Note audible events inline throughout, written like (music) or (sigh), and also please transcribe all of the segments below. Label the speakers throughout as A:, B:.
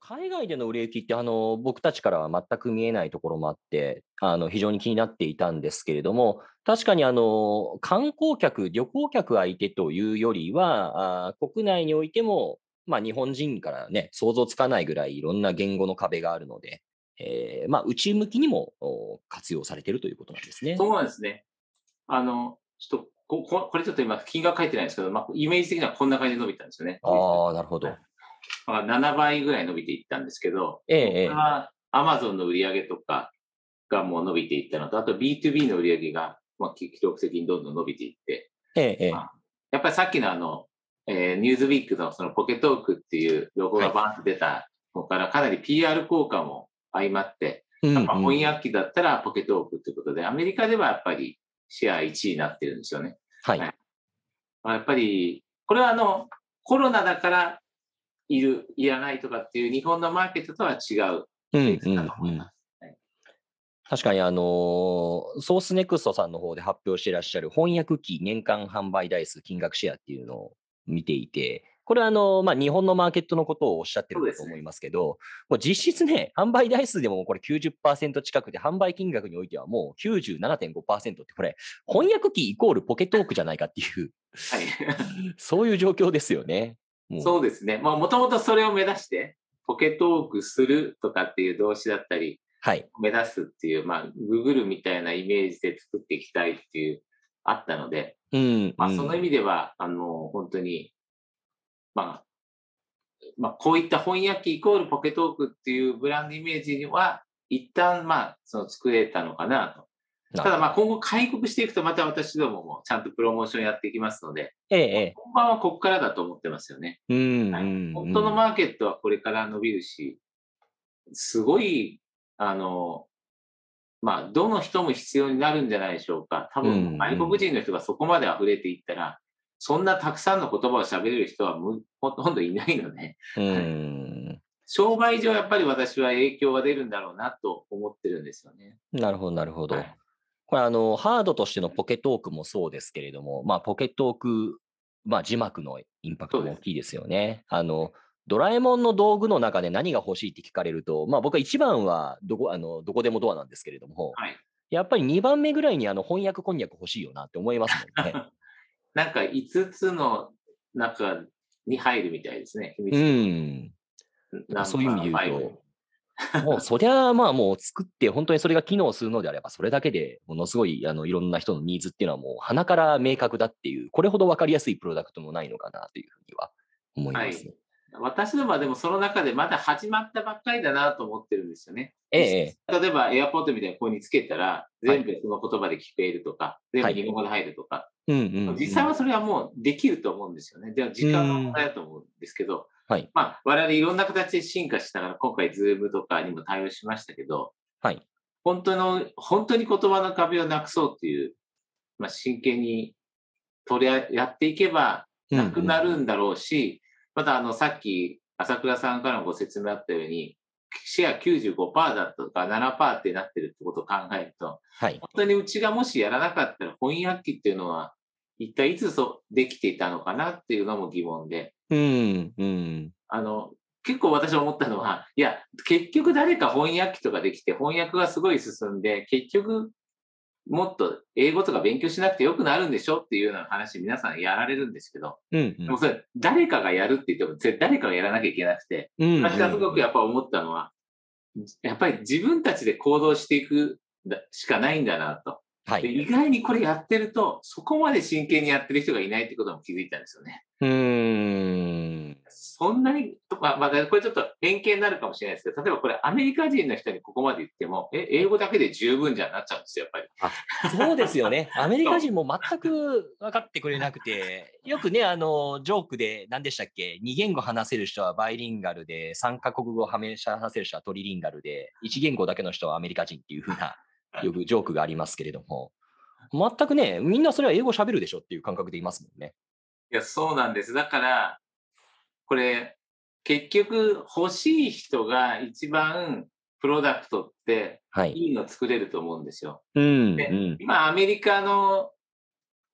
A: 海外での売れ行きってあの僕たちからは全く見えないところもあってあの非常に気になっていたんですけれども確かにあの観光客旅行客相手というよりはあ国内においても、まあ、日本人からね想像つかないぐらいいろんな言語の壁があるので、えーまあ、内向きにもお活用されているということなんですね。
B: そうなんですね。あの、ちょっと、こここれちょっと今、金額書いてないんですけど、まあ、イメージ的にはこんな感じで伸びたんですよね。
A: ああなるほど。
B: まあ、7倍ぐらい伸びていったんですけど、
A: ええええ
B: これは Amazon の売り上げとかがもう伸びていったのと、あと B2B の売り上げが、まあ、記録的にどんどん伸びていって、
A: ええええ
B: まあやっぱりさっきのあの、えー、ニューズウィークのそのポケトークっていうロゴがバーンと出たのから、かなり PR 効果も相まって、
A: うんう
B: や
A: ん
B: っぱ翻訳機だったらポケトークということで、アメリカではやっぱりシェア1位になってるんですよね。
A: はい
B: はいまあやっぱり、これはあの、コロナだからいる、いらないとかっていう日本のマーケットとは違う
A: うん
B: ケース
A: うん
B: だと思
A: う
B: い
A: ん
B: ます。
A: 確かにあのーソースネクストさんの方で発表していらっしゃる翻訳機年間販売台数金額シェアっていうのを見ていて、これはあのーまあ、日本のマーケットのことをおっしゃってる
B: そう
A: か
B: です
A: と
B: ね
A: 思いますけど、もう実質ね、販売台数でもこれ90%近くで、販売金額においてはもう97.5%って、これ、翻訳機イコールポケトークじゃないかっていう、 (laughs) そういう状況ですよね。
B: はい、
A: もう
B: そうですね。まあ、もともとそれを目指して、ポケトークするとかっていう動詞だったり、
A: はい、
B: 目指すっていう、まあ、グーグルみたいなイメージで作っていきたいっていう、あったので、
A: うん
B: まあ、
A: うん
B: その意味では、あの、本当に、まあ、まあ、こういった翻訳機イコールポケトークっていうブランドイメージには、一旦、まあ、その作れたのかなと。
A: な
B: ただ、まあ、今後開国していくと、また私どももちゃんとプロモーションやっていきますので、
A: ええ
B: 本番はここからだと思ってますよね。
A: ええうん
B: はい
A: うん
B: 本当の
A: うん
B: マーケットはこれから伸びるし、すごい、あの、まあ、どの人も必要になるんじゃないでしょうか。多
A: うんうん
B: 分、外国人の人がそこまで溢れていったら、そんなたくさんの言葉を喋れる人はむほとんどいないので、
A: うん
B: 商売上やっぱり私は影響が出るんだろうなと思ってるんですよね。
A: なるほど、なるほど
B: はい。
A: これ、あの、ハードとしてのポケトークもそうですけれども、まあ、ポケトーク、まあ、字幕のインパクト
B: そう
A: も大
B: です
A: きいですよね。あの、ドラえもんの道具の中で何が欲しいって聞かれると、まあ、僕は一番はどこ、あの、どこでもドアなんですけれども、
B: はい
A: やっぱり2番目ぐらいにあの翻訳こんにゃく欲しいよなって思いますもんね。
B: なんか5つの中に入るみたい (laughs) ですね。秘密
A: うん。
B: ナンバー
A: そういう意味で言う
B: ファイブ
A: と、もうそりゃあまあもう作って、本当にそれが機能するのであれば、それだけでものすごいあのいろんな人のニーズっていうのはもう鼻から明確だっていう、これほど分かりやすいプロダクトもないのかなというふうには思いますね。
B: 私どもはでもその中でまだ始まったばっかりだなと思ってるんですよね。
A: ええ
B: 例えばエアポートみたいなここにつけたら全部その言葉で聞こえるとか、
A: はい
B: 全部日本語で入るとか、
A: ええうんうんうん
B: 実際はそれはもうできると思うんですよね。でも時間の問題だと思うんですけど、
A: はい
B: まあ我々いろんな形で進化しながら今回ズームとかにも対応しましたけど、
A: はい
B: 本当の、本当に言葉の壁をなくそうっていう、まあ真剣に取りあやっていけば、
A: うん
B: なくな
A: うん
B: るんだろうし、またあのさっき朝倉さんからもご説明あったように、シェア95%だとか7%ってなってるってことを考えると、
A: はい。
B: 本当にうちがもしやらなかったら翻訳機っていうのは、一体いつそうできていたのかなっていうのも疑問で、
A: うんうん。
B: あの、結構私思ったのは、いや、結局誰か翻訳機とかできて、翻訳がすごい進んで、結局、もっと英語とか勉強しなくてよくなるんでしょっていうような話皆さんやられるんですけど、
A: うんうん
B: でもそれ、誰かがやるって言っても、絶対誰かがやらなきゃいけなくて、
A: うん
B: 私がすごくやっぱ思ったのは、やっぱり自分たちで行動していくだしかないんだなと。
A: は
B: で
A: い。
B: 意外にこれやってると、そこまで真剣にやってる人がいないってことも気づいたんですよね。
A: うーん。
B: そんなに、まあ、まあ、これちょっと偏見になるかもしれないですけど、例えばこれアメリカ人の人にここまで言っても、え、英語だけで十分じゃんなっちゃうんですよ、やっぱり。
A: そうですよね。アメリカ人も全く分かってくれなくて、よくね、あの、ジョークで、何でしたっけ、2言語話せる人はバイリンガルで、3カ国語を話せる人はトリリンガルで、1言語だけの人はアメリカ人っていうふうな、よくジョークがありますけれども、全くね、みんなそれは英語喋るでしょっていう感覚でいますもんね。
B: いや、そうなんです。だから、これ、結局、欲しい人が一番プロダクトって
A: はい。
B: いいの作れると思うんですよ。
A: うん、う
B: ね
A: ん。
B: 今、アメリカの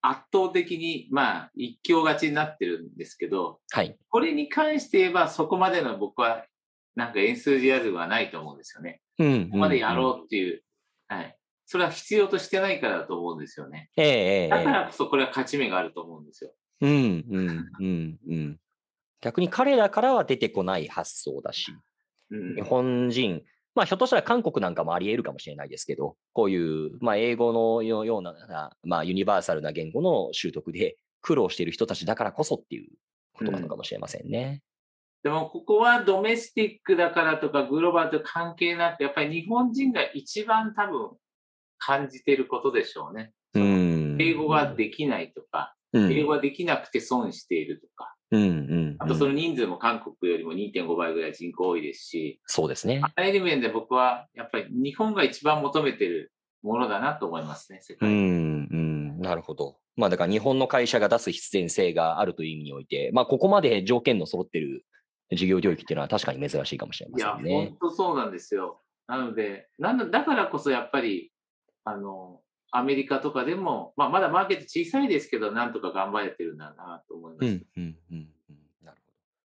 B: 圧倒的に、まあ、一強勝ちになってるんですけど、
A: はい。
B: これに関して言えば、そこまでの僕はなんかエンスジアズムはないと思うんですよね。
A: うんうん
B: ここまでやろうっていう、はい。それは必要としてないからだと思うんですよね。
A: ええええ
B: だからこそこれは勝ち目があると思うんですよ。
A: うんうんうんうん。逆に彼らからは出てこない発想だし、
B: うん
A: 日。本人、まあ、ひょっとしたら韓国なんかもあり得るかもしれないですけど、こういう、まあ、英語のよような、まあ、ユニバーサルな言語の習得で苦労している人たちだからこそっていうことなのかもしれませんね。
B: でもここはドメスティックだからとかグローバルと関係なく、やっぱり日本人が一番多分感じてることでしょうね。
A: うん
B: 英語ができないとか、
A: うん
B: 英語ができなくて損しているとか、
A: うんうん
B: あとその人数も韓国よりも2.5倍ぐらい人口多いですし、
A: そうですね。
B: あらゆる面で僕はやっぱり日本が一番求めてるものだなと思いますね、世
A: う
B: 界。
A: んうん、なるほど。まあだから日本の会社が出す必然性があるという意味において、まあここまで条件の揃ってる事業領域っていうのは確かに珍しいかもしれま
B: いや、
A: せんね
B: 本。当そうなんですよ。なので、なんだだからこそやっぱり、あの、アメリカとかでも、まあ、まだマーケット小さいですけど、なんとか頑張れてるんだなと思います。
A: うんうん